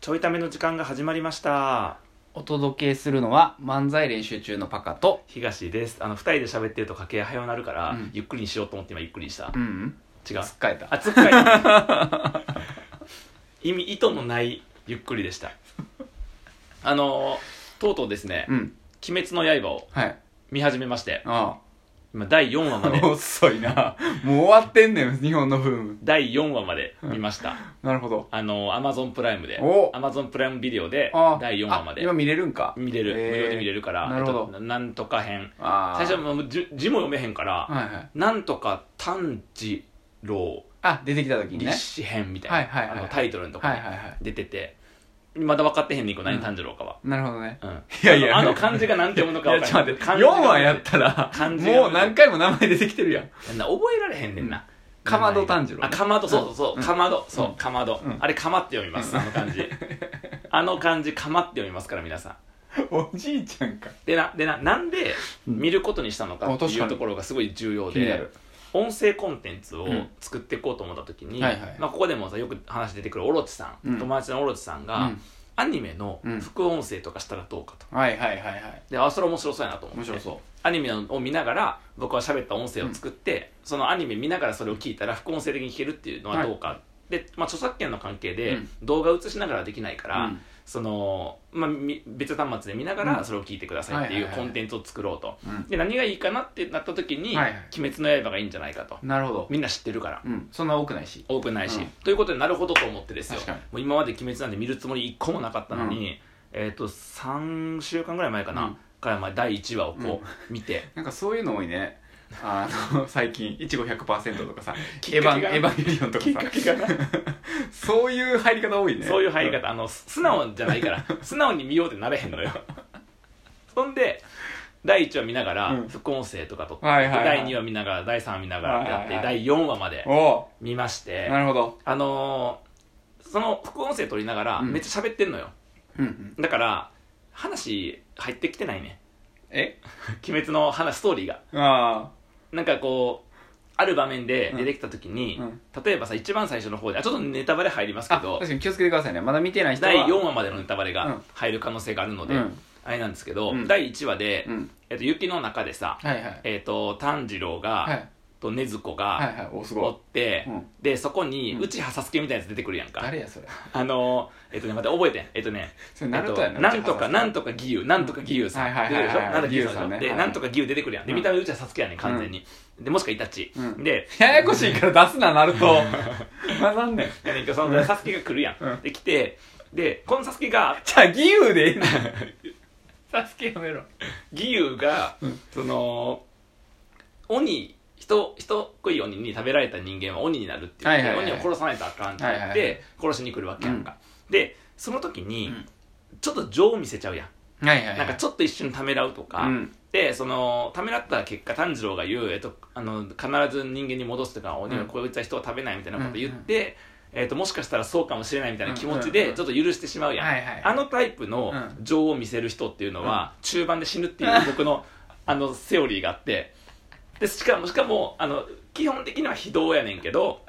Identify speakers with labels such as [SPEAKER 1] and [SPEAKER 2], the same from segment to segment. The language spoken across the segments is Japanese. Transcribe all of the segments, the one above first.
[SPEAKER 1] ちょいための時間が始まりました
[SPEAKER 2] お届けするのは漫才練習中のパカと
[SPEAKER 1] 東ですあの二人で喋ってると家計早うなるから、
[SPEAKER 2] うん
[SPEAKER 1] ゆっくりにしようと思って今ゆっくりにした、
[SPEAKER 2] うん
[SPEAKER 1] 違う
[SPEAKER 2] つっかえた
[SPEAKER 1] あつっか い意味意図のないゆっくりでしたあのーとうとうですね
[SPEAKER 2] う、ん
[SPEAKER 1] 鬼滅の刃」を
[SPEAKER 2] はい
[SPEAKER 1] 見始めまして
[SPEAKER 2] あ
[SPEAKER 1] 今第4話まで
[SPEAKER 2] あ遅いなもう終わってんねん日本のブーム
[SPEAKER 1] 第4話まで見ました、
[SPEAKER 2] なるほど
[SPEAKER 1] あのアマゾンプライムで
[SPEAKER 2] お
[SPEAKER 1] アマゾンプライムビデオで
[SPEAKER 2] ああ
[SPEAKER 1] 第4話まで
[SPEAKER 2] あ今見れるんか
[SPEAKER 1] 見れる、
[SPEAKER 2] へえ
[SPEAKER 1] 無料で見れるから
[SPEAKER 2] なるほど
[SPEAKER 1] えっとなんとか編
[SPEAKER 2] ああ
[SPEAKER 1] 最初はもう字字も読めへんから、
[SPEAKER 2] はいはい
[SPEAKER 1] なんとか炭治郎
[SPEAKER 2] あ出てきた時にね
[SPEAKER 1] 立志編みたい
[SPEAKER 2] はいはい
[SPEAKER 1] なあ
[SPEAKER 2] はい
[SPEAKER 1] のタイトルのとこ
[SPEAKER 2] はいはいは
[SPEAKER 1] 出ててまだ分かってへんねんけど
[SPEAKER 2] う
[SPEAKER 1] 何
[SPEAKER 2] ん
[SPEAKER 1] 炭治郎かは、
[SPEAKER 2] いなるほどね
[SPEAKER 1] うん
[SPEAKER 2] いやいや
[SPEAKER 1] あのあの漢字が何て読むの
[SPEAKER 2] い
[SPEAKER 1] か
[SPEAKER 2] や
[SPEAKER 1] 分
[SPEAKER 2] ち
[SPEAKER 1] か
[SPEAKER 2] ょっ
[SPEAKER 1] ら
[SPEAKER 2] と待って
[SPEAKER 1] 漢字
[SPEAKER 2] 4
[SPEAKER 1] が
[SPEAKER 2] 話やったら
[SPEAKER 1] 漢字が
[SPEAKER 2] もう何回も名前出てきてるやん
[SPEAKER 1] な覚えられへんねんな、
[SPEAKER 2] かまど炭治郎
[SPEAKER 1] あかまどそうそうそう、
[SPEAKER 2] うん
[SPEAKER 1] かまどそう、
[SPEAKER 2] うん
[SPEAKER 1] かまど、
[SPEAKER 2] うん
[SPEAKER 1] あれかまって読みます、あの漢 字あの漢字かまって読みますから皆さん
[SPEAKER 2] おじいちゃんか
[SPEAKER 1] でなでななんで
[SPEAKER 2] うん
[SPEAKER 1] 見ることにしたのか
[SPEAKER 2] あ
[SPEAKER 1] って
[SPEAKER 2] 確
[SPEAKER 1] い
[SPEAKER 2] か
[SPEAKER 1] う
[SPEAKER 2] に
[SPEAKER 1] ところがすごい重要
[SPEAKER 2] 気にな
[SPEAKER 1] で
[SPEAKER 2] る
[SPEAKER 1] 音声コンテンツを
[SPEAKER 2] うん
[SPEAKER 1] 作っていこうと思った時に、
[SPEAKER 2] はいはい
[SPEAKER 1] まあ、ここでもさよく話出てくるオロチさん、
[SPEAKER 2] うん
[SPEAKER 1] 友達のオロチさん
[SPEAKER 2] う
[SPEAKER 1] が、
[SPEAKER 2] ん
[SPEAKER 1] アニメの
[SPEAKER 2] うん
[SPEAKER 1] 副音声とかしたらどうかと。
[SPEAKER 2] はいはいはいはい
[SPEAKER 1] であそれ面白そうやなと思
[SPEAKER 2] 面
[SPEAKER 1] って
[SPEAKER 2] 白そう
[SPEAKER 1] アニメを見ながら僕は喋った音声を作って、そのアニメ見ながらそれを聞いたら副音声的に聞けるっていうのはどうか、で、まあ、著作権の関係で
[SPEAKER 2] うん
[SPEAKER 1] 動画映しながらできないから、
[SPEAKER 2] うん
[SPEAKER 1] その、まあ、み別端末で見ながらそれを聞いてくださいってい
[SPEAKER 2] は
[SPEAKER 1] う
[SPEAKER 2] いはいはい
[SPEAKER 1] コンテンツを作ろうと
[SPEAKER 2] うん
[SPEAKER 1] で何がいいかなってなった時に「
[SPEAKER 2] はいはい
[SPEAKER 1] 鬼滅の刃」がいいんじゃないかと
[SPEAKER 2] なるほど
[SPEAKER 1] みんな知ってるから
[SPEAKER 2] うんそんな多くないし
[SPEAKER 1] 多くないし、
[SPEAKER 2] うん
[SPEAKER 1] ということでなるほどと思ってですよ
[SPEAKER 2] 確かに
[SPEAKER 1] もう今まで「鬼滅」なんて見るつもり一個もなかったのに、えっ、と3週間ぐらい前かな、
[SPEAKER 2] うん
[SPEAKER 1] からまあ第1話をこう見て、
[SPEAKER 2] なんかそういうの多いねあの 最近いちご100%とかさ
[SPEAKER 1] き
[SPEAKER 2] エ
[SPEAKER 1] っ
[SPEAKER 2] ヴァ
[SPEAKER 1] か
[SPEAKER 2] ン
[SPEAKER 1] けが
[SPEAKER 2] エヴァンゲリオンとか
[SPEAKER 1] きっ
[SPEAKER 2] さ
[SPEAKER 1] かけがな
[SPEAKER 2] そういう入り方多いね
[SPEAKER 1] そういう入り方あのす素直じゃないから 素直に見ようってなれへん のよそんで第1話見ながら
[SPEAKER 2] うん
[SPEAKER 1] 副音声とか撮って、
[SPEAKER 2] はいはいはい
[SPEAKER 1] 第2話見ながら第3話見ながらってやって、
[SPEAKER 2] はいはいは
[SPEAKER 1] 第4話まで
[SPEAKER 2] お
[SPEAKER 1] 見まして
[SPEAKER 2] おなるほど
[SPEAKER 1] あのーその副音声撮りながら
[SPEAKER 2] うん
[SPEAKER 1] めっちゃ喋ってんのよ、
[SPEAKER 2] うんうん
[SPEAKER 1] だから話入ってきてないね
[SPEAKER 2] え
[SPEAKER 1] 鬼滅の話ストーリーが
[SPEAKER 2] あ
[SPEAKER 1] なんかこうある場面で出てきた時に、
[SPEAKER 2] うん
[SPEAKER 1] 例えばさ一番最初の方であちょっとネタバレ入ります
[SPEAKER 2] あ
[SPEAKER 1] け
[SPEAKER 2] あ
[SPEAKER 1] ど
[SPEAKER 2] 確かに気をつけてくださいねまだ見てない人は
[SPEAKER 1] 第4話までのネタバレ
[SPEAKER 2] う
[SPEAKER 1] が
[SPEAKER 2] ん
[SPEAKER 1] 入る可能性があるので、
[SPEAKER 2] うん
[SPEAKER 1] あれなんですけど、
[SPEAKER 2] うん
[SPEAKER 1] 第1話で、
[SPEAKER 2] うん
[SPEAKER 1] えっと雪の中でさ、
[SPEAKER 2] はいはい
[SPEAKER 1] えっと炭治郎が、
[SPEAKER 2] はい
[SPEAKER 1] と禰豆子が、
[SPEAKER 2] はいはいおすご
[SPEAKER 1] お
[SPEAKER 2] い
[SPEAKER 1] って、
[SPEAKER 2] うん
[SPEAKER 1] でそこに
[SPEAKER 2] うん
[SPEAKER 1] 内ちはさすけみたいなやつ出てくるやんか、
[SPEAKER 2] 誰やそれ
[SPEAKER 1] あのーえっとねまた覚えてんえっとね
[SPEAKER 2] それナルトや
[SPEAKER 1] えっとなんとかなん
[SPEAKER 2] と
[SPEAKER 1] とか義勇なんとか義勇さん
[SPEAKER 2] うんはいはい
[SPEAKER 1] 出て
[SPEAKER 2] は
[SPEAKER 1] る
[SPEAKER 2] い
[SPEAKER 1] で
[SPEAKER 2] は
[SPEAKER 1] し
[SPEAKER 2] い
[SPEAKER 1] ょなんとか義勇さん
[SPEAKER 2] 義勇さんね
[SPEAKER 1] で
[SPEAKER 2] はい
[SPEAKER 1] なんとか義勇出てくるやんで
[SPEAKER 2] うん
[SPEAKER 1] 見た目うちはサスケやねん完全にでもしかイタチ
[SPEAKER 2] うん
[SPEAKER 1] で
[SPEAKER 2] ややこしいから出すなナルトまざんねん
[SPEAKER 1] やねんけどそのサスケが来るや
[SPEAKER 2] うんん
[SPEAKER 1] で来てでこのサスケが
[SPEAKER 2] じゃあ義勇でええ ねんサスケやめろ
[SPEAKER 1] 義勇がその鬼人人っこい鬼に食べられた人間は鬼になるって言って
[SPEAKER 2] はいはいはい
[SPEAKER 1] 鬼を殺さないとあかんって言
[SPEAKER 2] はい
[SPEAKER 1] っ
[SPEAKER 2] はいは
[SPEAKER 1] て殺しに来るわけやんかでその時
[SPEAKER 2] う
[SPEAKER 1] に
[SPEAKER 2] ん
[SPEAKER 1] ちょっと情を見せちゃうやん
[SPEAKER 2] はいはい
[SPEAKER 1] なんかちょっと一瞬ためらうとか、
[SPEAKER 2] うん
[SPEAKER 1] でそのためらった結果炭治郎が言う、えっと、あの必ず人間に戻すとか鬼はこいつは人を食べないみたいなこと言って、えっと、もしかしたらそうかもしれないみたいな気持ち
[SPEAKER 2] うんうん
[SPEAKER 1] で
[SPEAKER 2] うん
[SPEAKER 1] ちょっと許してしまうやん、
[SPEAKER 2] はいはい
[SPEAKER 1] あのタイプの
[SPEAKER 2] う
[SPEAKER 1] 情を見せる人っていうのは、中盤で死ぬって いう僕のあのセオリーがあってでしかもしかもあの基本的には非道やねんけど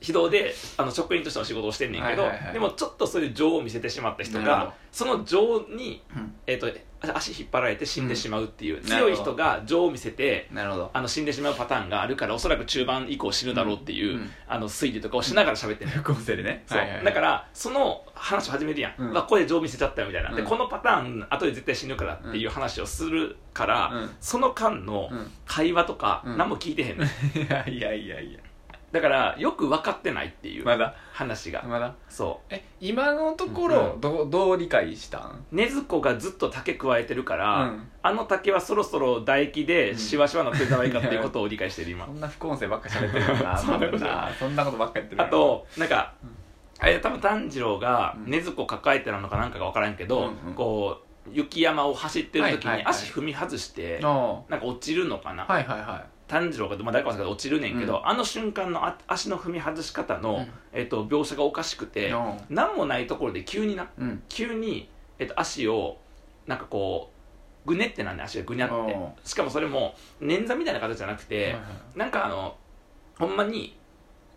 [SPEAKER 1] 非道であの職員としての仕事をしてんねんけど、
[SPEAKER 2] はいはいはい
[SPEAKER 1] でもちょっとそういう情を見せてしまった人
[SPEAKER 2] なるほど
[SPEAKER 1] がその情に
[SPEAKER 2] うん
[SPEAKER 1] えっと足引っ張られて死んでしまうっていう、
[SPEAKER 2] ん
[SPEAKER 1] 強い人が情を見せて
[SPEAKER 2] なるほど
[SPEAKER 1] あの死んでしまうパターンがあるからおそらく中盤以降死ぬだろうっていう、
[SPEAKER 2] うんうん
[SPEAKER 1] あの推理とかをしながら喋ってる、
[SPEAKER 2] 副音声でね
[SPEAKER 1] そうだからその話を始めるやん、
[SPEAKER 2] うん
[SPEAKER 1] まあ、これ情見せちゃったよみたいな、で
[SPEAKER 2] うん
[SPEAKER 1] このパターン後で絶対死ぬからっていう話をするから、
[SPEAKER 2] うん
[SPEAKER 1] その間の
[SPEAKER 2] うん
[SPEAKER 1] 会話とか
[SPEAKER 2] うん
[SPEAKER 1] 何も 聞いてへんの、
[SPEAKER 2] いやいやいやいや
[SPEAKER 1] だからよく分かってないっていう
[SPEAKER 2] まだ
[SPEAKER 1] 話が、
[SPEAKER 2] まだ
[SPEAKER 1] そ
[SPEAKER 2] え今のところ、
[SPEAKER 1] う
[SPEAKER 2] どどう理解したん
[SPEAKER 1] う禰豆子がずっと竹加えてるか
[SPEAKER 2] う
[SPEAKER 1] ら、
[SPEAKER 2] ん
[SPEAKER 1] あの竹はそろそろ唾液でしわしわなってるんじゃないかっていうことを理解してる今
[SPEAKER 2] そんな副音声ばっか喋ってるよ な
[SPEAKER 1] そんなこと
[SPEAKER 2] 多分なそんなことばっか言ってる
[SPEAKER 1] あ
[SPEAKER 2] よな
[SPEAKER 1] となんか
[SPEAKER 2] うん
[SPEAKER 1] あれ多分炭治郎が
[SPEAKER 2] うん
[SPEAKER 1] 禰豆子抱えてなのかなんかが分からんけど、
[SPEAKER 2] うんうん
[SPEAKER 1] こう雪山を走ってる時
[SPEAKER 2] はいはい
[SPEAKER 1] に
[SPEAKER 2] はい
[SPEAKER 1] 足踏み外して、
[SPEAKER 2] あ
[SPEAKER 1] なんか落ちるのかな、
[SPEAKER 2] はいはいは
[SPEAKER 1] 炭治郎が、まあ、誰か忘れたけど落ちるねんけど、
[SPEAKER 2] う
[SPEAKER 1] あの瞬間のあ足の踏み外し方の、
[SPEAKER 2] うん
[SPEAKER 1] えっと描写がおかしくて、
[SPEAKER 2] い
[SPEAKER 1] なん、
[SPEAKER 2] あ
[SPEAKER 1] 何もないところで急にな
[SPEAKER 2] うん
[SPEAKER 1] 急に、えっと、足をなんかこうぐねってなんで足がぐにゃって
[SPEAKER 2] お
[SPEAKER 1] しかもそれも捻挫みたいな形じゃなくて、
[SPEAKER 2] はいはい
[SPEAKER 1] なんかあのほんまに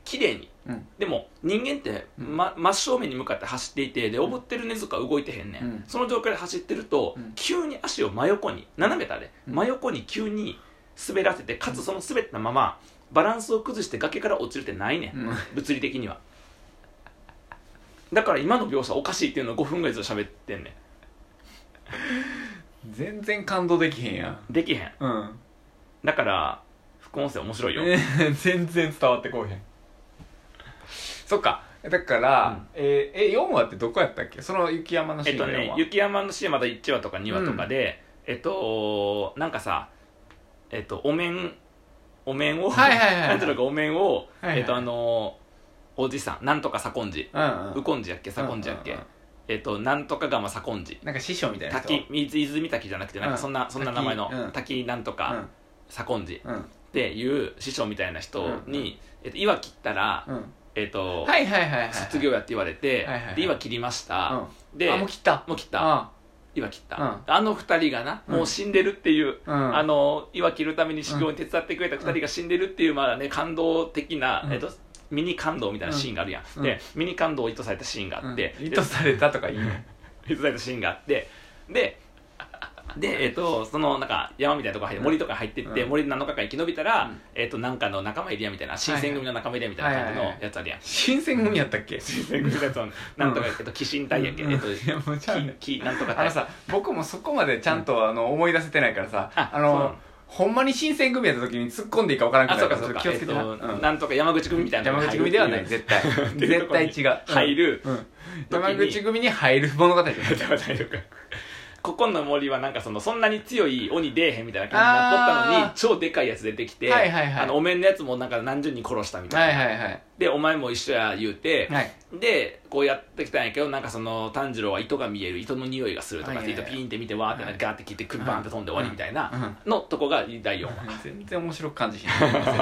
[SPEAKER 1] 綺麗に
[SPEAKER 2] うん
[SPEAKER 1] でも人間って、
[SPEAKER 2] うん
[SPEAKER 1] ま、真正面に向かって走っていてでおぶってる根塚は動いてへんねん、
[SPEAKER 2] うん
[SPEAKER 1] その状況で走ってると、
[SPEAKER 2] うん
[SPEAKER 1] 急に足を真横に斜めたで、
[SPEAKER 2] うん
[SPEAKER 1] 真横に急に滑らせてかつその滑ったままバランスを崩して崖から落ちるってないねん、
[SPEAKER 2] うん
[SPEAKER 1] 物理的にはだから今の描写おかしいっていうのを5分ぐらいずっと喋ってんね
[SPEAKER 2] 全然感動できへんやん
[SPEAKER 1] んできへん
[SPEAKER 2] うん
[SPEAKER 1] だから副音声面白いよ、
[SPEAKER 2] えー 全然伝わってこうへんそっかだから、えーえ4話ってどこやったっけその雪山のシ
[SPEAKER 1] えっ
[SPEAKER 2] ーン
[SPEAKER 1] と
[SPEAKER 2] の4
[SPEAKER 1] ね
[SPEAKER 2] 話、
[SPEAKER 1] 雪山のシーンまだ1話とか2話とかで、えっとなんかさえっとお面お面を、
[SPEAKER 2] はいはいはい
[SPEAKER 1] なんとなくお面を、
[SPEAKER 2] はいはい
[SPEAKER 1] えっとあのおじさんなんとか左近寺
[SPEAKER 2] うんうん
[SPEAKER 1] 右近寺やっけ左近寺やっけ、
[SPEAKER 2] うんうん
[SPEAKER 1] えっとなんとかがま左近寺
[SPEAKER 2] なんか師匠みたいな人
[SPEAKER 1] 滝水泉滝じゃなくてなんかそんな、
[SPEAKER 2] うん
[SPEAKER 1] そんな名前の
[SPEAKER 2] 滝
[SPEAKER 1] 滝,、
[SPEAKER 2] うん
[SPEAKER 1] なんとか左近寺っ
[SPEAKER 2] うんうん
[SPEAKER 1] ていう師匠みたいな人に、えっと岩切ったら、
[SPEAKER 2] うん
[SPEAKER 1] えっと、
[SPEAKER 2] はいはいはいはい
[SPEAKER 1] 卒業やって言われて、
[SPEAKER 2] はいはいはい
[SPEAKER 1] で今切りました、
[SPEAKER 2] うん
[SPEAKER 1] で
[SPEAKER 2] あもう切った
[SPEAKER 1] もう切った
[SPEAKER 2] あ
[SPEAKER 1] 岩切った、
[SPEAKER 2] うん
[SPEAKER 1] あの二人がな、
[SPEAKER 2] うん
[SPEAKER 1] もう死んでるっていう、
[SPEAKER 2] うん
[SPEAKER 1] あの岩切るために修行に手伝ってくれた二人が死んでるっていうまだね感動的な、
[SPEAKER 2] うん
[SPEAKER 1] えっと、ミニ感動みたいなシーンがあるやん、
[SPEAKER 2] うん
[SPEAKER 1] でミニ感動を意図されたシーンがあって、
[SPEAKER 2] う
[SPEAKER 1] で
[SPEAKER 2] ん意図されたとか言う
[SPEAKER 1] 意図されたシーンがあってでで、えっと、そのなんか山みたいなとこ入って森とか入ってって、
[SPEAKER 2] うん
[SPEAKER 1] 森で7日間生き延びたら、
[SPEAKER 2] うん
[SPEAKER 1] えっと、なんかの仲間エリアみたいな新選組の仲間エリアみたいな感じのやつあるやん、
[SPEAKER 2] 新選組やったっけ
[SPEAKER 1] 新選組のやつは なんとか、えっと、鬼神隊やっけ、
[SPEAKER 2] うん
[SPEAKER 1] えっと
[SPEAKER 2] いやもうちゃうねん
[SPEAKER 1] ききなんとか
[SPEAKER 2] あ
[SPEAKER 1] 隊
[SPEAKER 2] のさ僕もそこまでちゃんとあの思い出せてないからさ
[SPEAKER 1] あ
[SPEAKER 2] あ
[SPEAKER 1] そうな
[SPEAKER 2] の
[SPEAKER 1] の
[SPEAKER 2] ほんまに新選組やった時に突っ込んでいいか分からんく
[SPEAKER 1] あ、
[SPEAKER 2] な
[SPEAKER 1] そう
[SPEAKER 2] る
[SPEAKER 1] か
[SPEAKER 2] ら
[SPEAKER 1] そうか
[SPEAKER 2] ちょっ。と気をつけてな
[SPEAKER 1] えっと
[SPEAKER 2] うん
[SPEAKER 1] なんとか山口組みたいなの
[SPEAKER 2] 山
[SPEAKER 1] が
[SPEAKER 2] 口
[SPEAKER 1] 入るっ
[SPEAKER 2] 組
[SPEAKER 1] てい
[SPEAKER 2] で
[SPEAKER 1] う
[SPEAKER 2] はない絶 対
[SPEAKER 1] ていうと
[SPEAKER 2] 絶
[SPEAKER 1] ころに
[SPEAKER 2] 対違ううん
[SPEAKER 1] 入る
[SPEAKER 2] うん
[SPEAKER 1] 時に
[SPEAKER 2] 山口組に入る物語じゃない
[SPEAKER 1] ではないのか。 ここの森はなんかそのそんなに強い鬼出えへんみたいな感じになっとったのに
[SPEAKER 2] あー
[SPEAKER 1] 超でかいやつ出てきて、
[SPEAKER 2] はいはいはい
[SPEAKER 1] あのお面のやつもなんか何十人殺したみたいな、
[SPEAKER 2] はいはいはい
[SPEAKER 1] でお前も一緒や言うて、
[SPEAKER 2] はい
[SPEAKER 1] でこうやってきたんやけどなんかその炭治郎は糸が見える糸の匂いがするとかって
[SPEAKER 2] はいはい
[SPEAKER 1] 糸
[SPEAKER 2] はい
[SPEAKER 1] ピーンって見てわーってなってガーって切って首バーンって飛んで終わりみたい
[SPEAKER 2] うんうん
[SPEAKER 1] なのとこが第4話
[SPEAKER 2] 全然面白く感じひんこの説明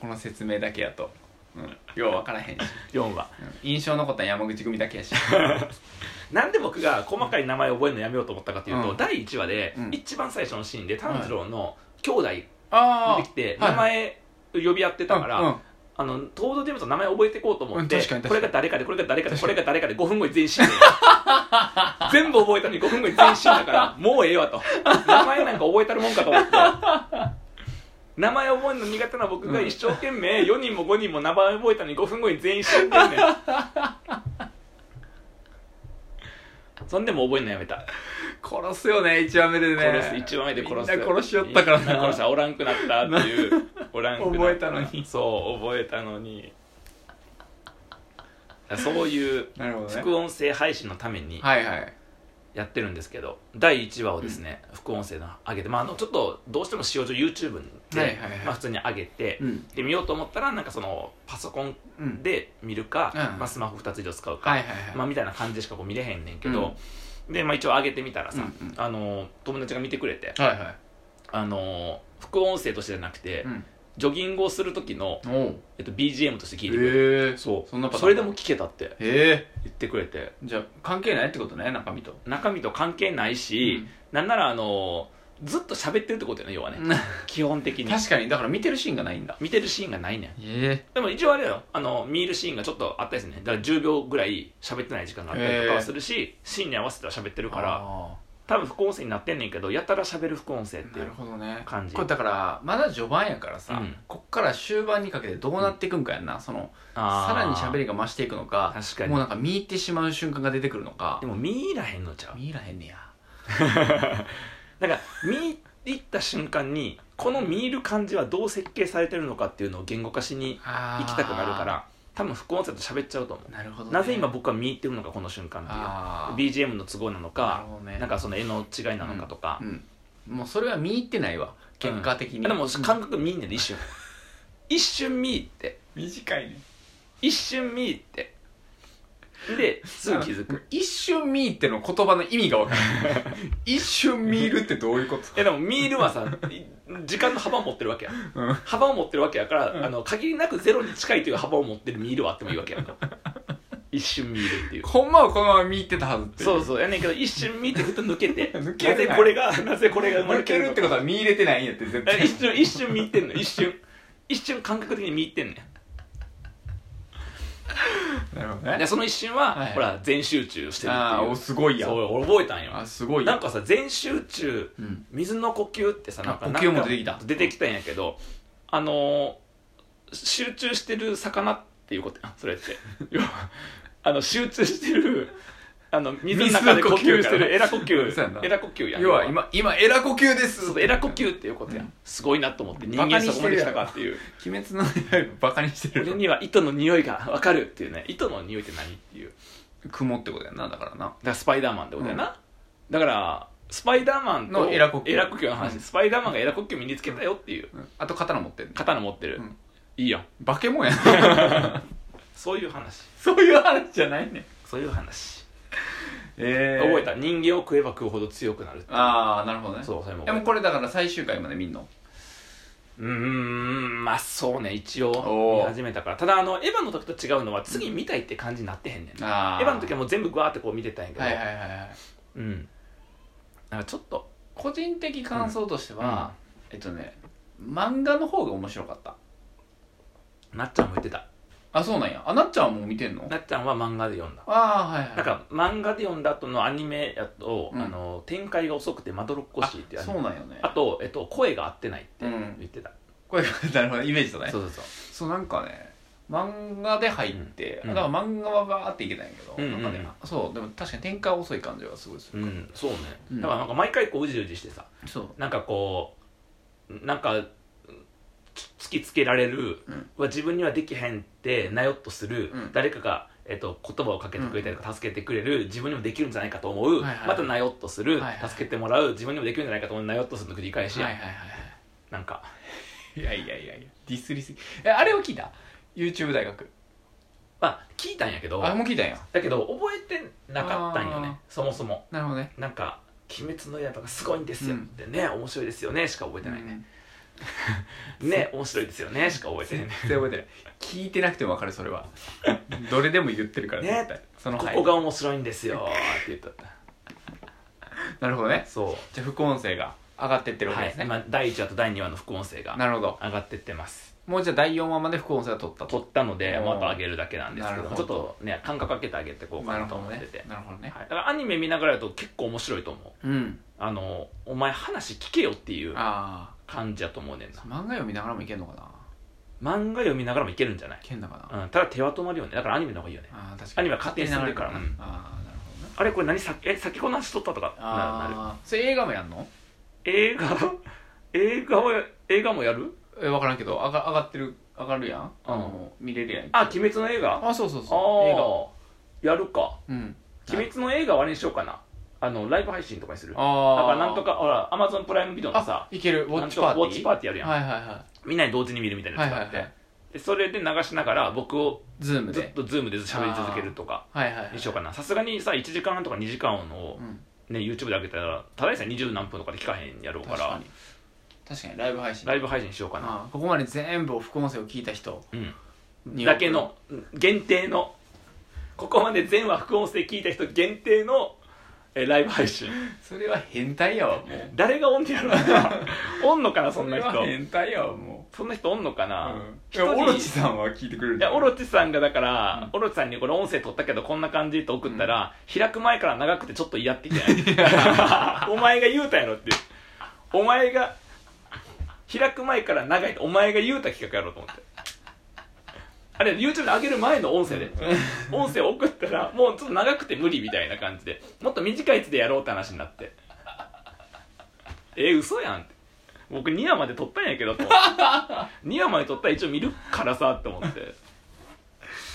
[SPEAKER 2] この説明だけやと、うん、よう分からへんし、
[SPEAKER 1] 4話
[SPEAKER 2] うん印象残ったのは山口組だけやし
[SPEAKER 1] なんで僕が細かい名前を覚えるのやめようと思ったかというと、
[SPEAKER 2] うん
[SPEAKER 1] 第1話で、
[SPEAKER 2] うん
[SPEAKER 1] 一番最初のシーンで炭治郎の兄弟
[SPEAKER 2] あ
[SPEAKER 1] 出てきて、名前呼び合ってたから、
[SPEAKER 2] うんうん
[SPEAKER 1] あの東堂でもと名前覚えていこうと思って、
[SPEAKER 2] うん確かに
[SPEAKER 1] こ
[SPEAKER 2] 確か
[SPEAKER 1] れ
[SPEAKER 2] に
[SPEAKER 1] が誰かでこれが誰かでこれが誰かで5分後に全員死んで 全部覚えたのに5分後に全員死んだからもうええわと名前なんか覚えたるもんかと思って。名前覚えるの苦手な僕が一生懸命4人も5人も名前覚えたのに5分後に全員死んで んねんそんでも覚えるのやめた
[SPEAKER 2] 殺すよね一話目でね
[SPEAKER 1] 殺す1話目で殺す
[SPEAKER 2] みんな殺しよったから
[SPEAKER 1] みんな殺し
[SPEAKER 2] な
[SPEAKER 1] たおらんくなったっていうおらんくなった
[SPEAKER 2] 覚えたのに
[SPEAKER 1] そう覚えたのにそういう
[SPEAKER 2] なるほどね
[SPEAKER 1] 副音声配信のために
[SPEAKER 2] はいはい
[SPEAKER 1] やってるんですけど第1話をですね、副音声の上げて、まあ、あのちょっとどうしても使用上 YouTube で、
[SPEAKER 2] はいはいはい
[SPEAKER 1] まあ、普通に上げて、
[SPEAKER 2] うん
[SPEAKER 1] で見ようと思ったらなんかそのパソコン
[SPEAKER 2] うん
[SPEAKER 1] で見るか、
[SPEAKER 2] うん
[SPEAKER 1] まあ、スマホ2つ以上使うか、
[SPEAKER 2] はいはいはい、
[SPEAKER 1] まあ、みたいな感じでしかこう見れへんねんけど、で、まあ、一応上げてみたらさ、
[SPEAKER 2] うんうん
[SPEAKER 1] あの友達が見てくれて、
[SPEAKER 2] はいは
[SPEAKER 1] あの副音声としてじゃなくて、
[SPEAKER 2] い、うん、
[SPEAKER 1] ジョギングをする時の、
[SPEAKER 2] おう
[SPEAKER 1] えっと、BGM として聞いてくれて、
[SPEAKER 2] へえ
[SPEAKER 1] そう
[SPEAKER 2] そんなパターン
[SPEAKER 1] それでも聞けたって
[SPEAKER 2] へえ
[SPEAKER 1] 言ってくれて
[SPEAKER 2] じゃあ関係ないってことね中身 と
[SPEAKER 1] 中身と関係ないし、
[SPEAKER 2] うん
[SPEAKER 1] なんならあのずっと喋ってるってことよね要はね、基本的に
[SPEAKER 2] 確かにだから見てるシーンがないんだ
[SPEAKER 1] 見てるシーンがないねん
[SPEAKER 2] え
[SPEAKER 1] でも一応あれだよあの見るシーンがちょっとあったりするねだから10秒ぐらい喋ってない時間があったりとかはするし、シーンに合わせては喋ってる
[SPEAKER 2] だ
[SPEAKER 1] から多分副音声になってんねんけどやたら喋る副音声ってい
[SPEAKER 2] な
[SPEAKER 1] う
[SPEAKER 2] るほどね
[SPEAKER 1] 感じ
[SPEAKER 2] これだからまだ序盤やからさ、
[SPEAKER 1] うん
[SPEAKER 2] こっから終盤にかけてどうなっていくんかやんな、その
[SPEAKER 1] あー
[SPEAKER 2] さらに喋りが増していくのか
[SPEAKER 1] 確かに
[SPEAKER 2] もうなんか見入ってしまう瞬間が出てくるのか
[SPEAKER 1] でも見入らへんのちゃう
[SPEAKER 2] 見入らへんねや
[SPEAKER 1] なんか見入った瞬間にこの見入る感じはどう設計されてるのかっていうのを言語化しに
[SPEAKER 2] 行
[SPEAKER 1] 行きたくなるから多分副音声と喋っちゃうと思う
[SPEAKER 2] なるほどね、
[SPEAKER 1] なぜ今僕は見入ってるのかこの瞬間
[SPEAKER 2] あ
[SPEAKER 1] っ
[SPEAKER 2] ー
[SPEAKER 1] ていう BGM の都合なの
[SPEAKER 2] なる
[SPEAKER 1] か
[SPEAKER 2] ほどね
[SPEAKER 1] なんかその絵の違いなのかとか
[SPEAKER 2] うんもうそれは見入ってないわ結果的に、
[SPEAKER 1] でも感覚見んねんで一 瞬一瞬見入って
[SPEAKER 2] 短いね
[SPEAKER 1] 一瞬見入ってですぐ気づく
[SPEAKER 2] 一瞬見入っての言葉の意味が 分からない一瞬見入るってどういうこと
[SPEAKER 1] いやでも見入るはさい時間の幅を持ってるわけや
[SPEAKER 2] うん
[SPEAKER 1] 幅を持ってるわけやから、
[SPEAKER 2] うん
[SPEAKER 1] あの限りなくゼロに近いという幅を持ってるミールはあってもいいわけや んか一瞬見るっていう
[SPEAKER 2] ほんまはこのまま見入ってたはずってい
[SPEAKER 1] そうそうやねんけど一瞬見てふと抜けて
[SPEAKER 2] 抜け
[SPEAKER 1] な
[SPEAKER 2] る
[SPEAKER 1] ぜこれがなぜこれが生まれ
[SPEAKER 2] 抜
[SPEAKER 1] て
[SPEAKER 2] け
[SPEAKER 1] るのか
[SPEAKER 2] るってことは見入れてないんやって絶対
[SPEAKER 1] 一瞬一瞬見入ってんの一瞬一瞬感覚的に見入ってんねん
[SPEAKER 2] なるほど
[SPEAKER 1] で
[SPEAKER 2] ね
[SPEAKER 1] その一瞬は、
[SPEAKER 2] はい
[SPEAKER 1] ほら全集中してるっていう
[SPEAKER 2] ああおすごいや
[SPEAKER 1] そう俺覚えたんよ
[SPEAKER 2] あすごいや
[SPEAKER 1] なんかさ全集中
[SPEAKER 2] うん
[SPEAKER 1] 水の呼吸ってさなんか
[SPEAKER 2] あ呼吸も
[SPEAKER 1] なんか
[SPEAKER 2] 出てきた
[SPEAKER 1] 出てきたんやけどあのー集中してる魚っていうことあそれって 要はあの集中してるあの水の中で呼吸
[SPEAKER 2] 水の呼吸
[SPEAKER 1] してるエラ呼
[SPEAKER 2] そうやな
[SPEAKER 1] 吸エラ呼吸やん
[SPEAKER 2] 要は今今エラ呼吸です
[SPEAKER 1] そうそうエラ呼吸っていうことや、
[SPEAKER 2] うん
[SPEAKER 1] ん、すごいなと思って人
[SPEAKER 2] バカ
[SPEAKER 1] 間
[SPEAKER 2] に
[SPEAKER 1] そ
[SPEAKER 2] してるやん
[SPEAKER 1] こまでしたかっていう
[SPEAKER 2] 鬼滅の刃 バカにして
[SPEAKER 1] 俺
[SPEAKER 2] る
[SPEAKER 1] には糸の匂いがわかるっていうね糸の匂いって何っていうだか
[SPEAKER 2] 雲ってことやんなだからな
[SPEAKER 1] らスパイダーマンってことやな、だからスパイダーマンと
[SPEAKER 2] のエラ呼吸
[SPEAKER 1] エラ呼吸の話、
[SPEAKER 2] うん
[SPEAKER 1] スパイダーマンがエラ呼吸身につけたよっていう
[SPEAKER 2] うんあと刀持ってんね
[SPEAKER 1] 刀持ってる、
[SPEAKER 2] うん
[SPEAKER 1] いいよ
[SPEAKER 2] バケモンやん
[SPEAKER 1] そういう話
[SPEAKER 2] そういう話じゃないね
[SPEAKER 1] そういう話、
[SPEAKER 2] え
[SPEAKER 1] 覚えた人間を食えば食うほど強くなるって
[SPEAKER 2] ああなるほどね
[SPEAKER 1] そうそれも
[SPEAKER 2] でもこれだから最終回まで見んの
[SPEAKER 1] うーんまあそうね一
[SPEAKER 2] お
[SPEAKER 1] 応
[SPEAKER 2] ー
[SPEAKER 1] 見始めたからただあのエヴァの時と違うのは次見たいって感じになってへんねんな
[SPEAKER 2] あ
[SPEAKER 1] エヴァの時
[SPEAKER 2] は
[SPEAKER 1] はもう全部グワーってこう見てたんやけど、
[SPEAKER 2] はいはいはいはい
[SPEAKER 1] うんなんかちょっと
[SPEAKER 2] 個人的感想としては、えっとね漫画の方が面白かった
[SPEAKER 1] なっちゃんも言ってた
[SPEAKER 2] あそうなんやあなっちゃんはもう見てんの
[SPEAKER 1] なっちゃんは漫画で読んだ
[SPEAKER 2] ああはいはい
[SPEAKER 1] なんか漫画で読んだ後のアニメやと、
[SPEAKER 2] うん
[SPEAKER 1] あの展開が遅くてまどろっこしいって
[SPEAKER 2] あ
[SPEAKER 1] アニ
[SPEAKER 2] そ
[SPEAKER 1] メ
[SPEAKER 2] うなんよね
[SPEAKER 1] あと、えっと、声が合ってないって
[SPEAKER 2] うん
[SPEAKER 1] 言ってた、
[SPEAKER 2] これなるほどイメージとね
[SPEAKER 1] そうそうそう
[SPEAKER 2] そうなんかね漫画で入って、
[SPEAKER 1] うん
[SPEAKER 2] だから漫画はバーっていけないけど、
[SPEAKER 1] うんうん
[SPEAKER 2] なんかねそうでも確かに展開遅い感じはすごいす
[SPEAKER 1] う
[SPEAKER 2] る、
[SPEAKER 1] んそうね、
[SPEAKER 2] うん
[SPEAKER 1] だからなんか毎回こううじうじしてさ
[SPEAKER 2] そう
[SPEAKER 1] なんかこうなんかつ突きつけられる、
[SPEAKER 2] うん
[SPEAKER 1] は自分にはできへんってなよっとする、
[SPEAKER 2] うん
[SPEAKER 1] 誰かが、えっと、言葉をかけてくれたりとか助けてくれる自分にもできるんじゃないかと思う、
[SPEAKER 2] はいはい
[SPEAKER 1] またなよっとする、
[SPEAKER 2] はいはい
[SPEAKER 1] 助けてもらう自分にもできるんじゃないかと思うなよっとするの繰り返しや、
[SPEAKER 2] はいはいはいは
[SPEAKER 1] なんか
[SPEAKER 2] いいやいやいやいやディスりすぎえあれを聞いた YouTube 大学
[SPEAKER 1] まあ聞いたんやけど
[SPEAKER 2] あれも聞いたんや
[SPEAKER 1] だけど覚えてなかったんよねそもそも
[SPEAKER 2] なるほどね
[SPEAKER 1] なんか「鬼滅の刃がすごいんですよ」ってね、面白いですよねしか覚えてないね、ね面白いですよねしか覚えてないね
[SPEAKER 2] 絶対覚えてない聞いてなくても分かるそれはどれでも言ってるから
[SPEAKER 1] ね
[SPEAKER 2] 絶対その
[SPEAKER 1] こ
[SPEAKER 2] 入り
[SPEAKER 1] こが面白いんですよって言ったった
[SPEAKER 2] なるほどね
[SPEAKER 1] そ
[SPEAKER 2] じゃあ副音声が上がってって
[SPEAKER 1] う、
[SPEAKER 2] るわけ
[SPEAKER 1] は
[SPEAKER 2] で
[SPEAKER 1] い
[SPEAKER 2] すね、
[SPEAKER 1] 今第1話と第2話の副音声が
[SPEAKER 2] なるほど
[SPEAKER 1] 上がってってます
[SPEAKER 2] もうじゃあ第4話まで副音声は取ったと
[SPEAKER 1] 撮ったので
[SPEAKER 2] おー
[SPEAKER 1] もうあと上げるだけなんですけど
[SPEAKER 2] なる
[SPEAKER 1] ち
[SPEAKER 2] ほ
[SPEAKER 1] ょっ
[SPEAKER 2] ど
[SPEAKER 1] とね感覚かけてあげてこうか
[SPEAKER 2] なる
[SPEAKER 1] なと
[SPEAKER 2] ほど
[SPEAKER 1] 思っ
[SPEAKER 2] ね
[SPEAKER 1] てて、
[SPEAKER 2] なるほどね、
[SPEAKER 1] はい、だからアニメ見ながらだと結構面白いと思う
[SPEAKER 2] うん
[SPEAKER 1] あのお前話聞けよっていう
[SPEAKER 2] あ
[SPEAKER 1] 感じやと思うねんな
[SPEAKER 2] あ漫画読みながらもいけんのかな
[SPEAKER 1] 漫画読みながらもいけるんじゃない
[SPEAKER 2] いけんのかな、
[SPEAKER 1] うん、ただ手は止まるよねだからアニメの方がいいよね
[SPEAKER 2] ああ確
[SPEAKER 1] アニメは勝手に進んでるから
[SPEAKER 2] 勝手に流れるからなああなるほどね
[SPEAKER 1] あれこれ何さえ先この話撮ったとかななる
[SPEAKER 2] ああそれ映画もやんの
[SPEAKER 1] 映画 映画を映画もやる
[SPEAKER 2] え分からんけど上が上がってる上がるやん、あの見れるやん
[SPEAKER 1] あ鬼滅の映画あ
[SPEAKER 2] あそうそう
[SPEAKER 1] あ
[SPEAKER 2] そう映画
[SPEAKER 1] ーやるか
[SPEAKER 2] うん
[SPEAKER 1] 鬼滅の映画はあれにしようかなあのライブ配信とかにするだか
[SPEAKER 2] ああ
[SPEAKER 1] らなんとかほらアマゾンプライムビデオのさ
[SPEAKER 2] あいけるウォ
[SPEAKER 1] な
[SPEAKER 2] ッ
[SPEAKER 1] ん
[SPEAKER 2] チ
[SPEAKER 1] とか
[SPEAKER 2] パーティー
[SPEAKER 1] ウォッチパーティーやるやん、
[SPEAKER 2] はいはいは
[SPEAKER 1] みんなに同時に見るみたいなやつがあって、
[SPEAKER 2] はいはいは
[SPEAKER 1] でそれで流しながら僕を
[SPEAKER 2] いズーム
[SPEAKER 1] ずっ
[SPEAKER 2] で
[SPEAKER 1] とズームで喋り続けるとか
[SPEAKER 2] はいはいはい
[SPEAKER 1] にしようかなさすがにさ1時間半とか2時間を
[SPEAKER 2] うん
[SPEAKER 1] ね、YouTube で上げたらただでさえ20何分とかで聞かへんやろうから
[SPEAKER 2] 確かに確かにライブ配信
[SPEAKER 1] ライブ配信しようかな、
[SPEAKER 2] ああここまで全部副音声を聞いた人
[SPEAKER 1] うん、だけの限定のここまで全話副音声聞いた人限定のえーライブ配信
[SPEAKER 2] それは変態やわもう
[SPEAKER 1] 誰がおんねやろな おんのかなそんな人
[SPEAKER 2] れは変態やわも
[SPEAKER 1] そんな人おんのか
[SPEAKER 2] う、
[SPEAKER 1] な、
[SPEAKER 2] いや
[SPEAKER 1] 一人
[SPEAKER 2] オロチさんは聞いてくれるん
[SPEAKER 1] い
[SPEAKER 2] だ
[SPEAKER 1] やオロチさんがだから、オロチさんにこれ音声取ったけどこんな感じと送ったら、開く前から長くてちょっと嫌ってきてない お前が言うたやろっていうお前が開く前から長いってお前が言うた企画やろうと思ってあれ YouTube で上げる前の音声で音声送ったらもうちょっと長くて無理みたいな感じでもっと短いやつでやろうって話になってえ嘘やんって僕2話まで撮ったんやけど と2話まで撮ったら一応見るからさって思って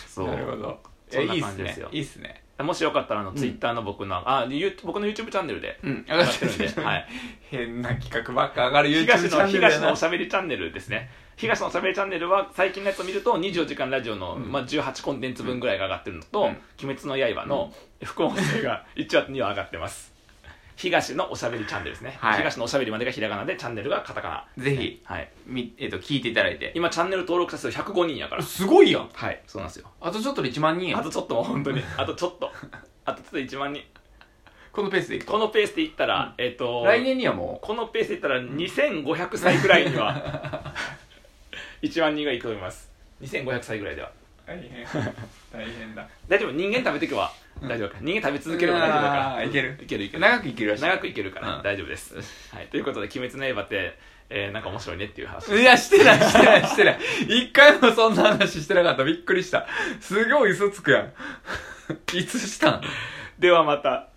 [SPEAKER 1] そ
[SPEAKER 2] なるほどい
[SPEAKER 1] そん
[SPEAKER 2] やい
[SPEAKER 1] ない
[SPEAKER 2] っ
[SPEAKER 1] 感
[SPEAKER 2] す
[SPEAKER 1] じです
[SPEAKER 2] ね
[SPEAKER 1] よ
[SPEAKER 2] いいっすね
[SPEAKER 1] もしよかったらあの Twitter の僕の、あゆ僕の YouTube チャンネルで
[SPEAKER 2] うん上
[SPEAKER 1] 上がってるんで、はい、
[SPEAKER 2] 変な企画ばっか上がる YouTube
[SPEAKER 1] 東
[SPEAKER 2] チャ
[SPEAKER 1] の
[SPEAKER 2] ンネルやな
[SPEAKER 1] 東のおしゃべりチャンネルですね東のおしゃべりチャンネルは最近のやつを見ると24時間ラジオの、
[SPEAKER 2] ん
[SPEAKER 1] まあ、18コンテンツ分ぐらいが上がってるのと「
[SPEAKER 2] うん
[SPEAKER 1] 鬼滅の刃」の副音声 が1話と2話上がってます東のおしゃべりチャンネルですね、
[SPEAKER 2] はい
[SPEAKER 1] 東のおしゃべりまでがひらがなでチャンネルがカタカナ
[SPEAKER 2] ぜひ
[SPEAKER 1] はい
[SPEAKER 2] み、えっと聞いていただいて
[SPEAKER 1] 今チャンネル登録者数105人やから
[SPEAKER 2] すごいやん
[SPEAKER 1] はいそうなんですよ
[SPEAKER 2] あとちょっとで1万人や
[SPEAKER 1] あ
[SPEAKER 2] ん
[SPEAKER 1] とちょっともう本当にあとちょっ とあとちょっと1万人
[SPEAKER 2] このペースでいくと
[SPEAKER 1] このペースでいったら、えっ、と
[SPEAKER 2] 来年にはも
[SPEAKER 1] このペースでいったら2500歳ぐらいには1万人がいくと思います2500歳ぐらいでは
[SPEAKER 2] う大変大変だ
[SPEAKER 1] 大丈夫人間食べていけば
[SPEAKER 2] うん
[SPEAKER 1] 大丈夫か人間食べ続ければ大丈夫だか
[SPEAKER 2] あ
[SPEAKER 1] ら
[SPEAKER 2] ーいける
[SPEAKER 1] いけるいける
[SPEAKER 2] 長く生きるらしい
[SPEAKER 1] 長くいけるから、
[SPEAKER 2] うん
[SPEAKER 1] 大丈夫です、 はい、ということで「鬼滅の刃」って、えーなんか面白いねっていう話
[SPEAKER 2] いや、してない、してない、してない。一回もそんな話してな かった。びっくりした。すごい嘘つくやん。いつしたん
[SPEAKER 1] ではまた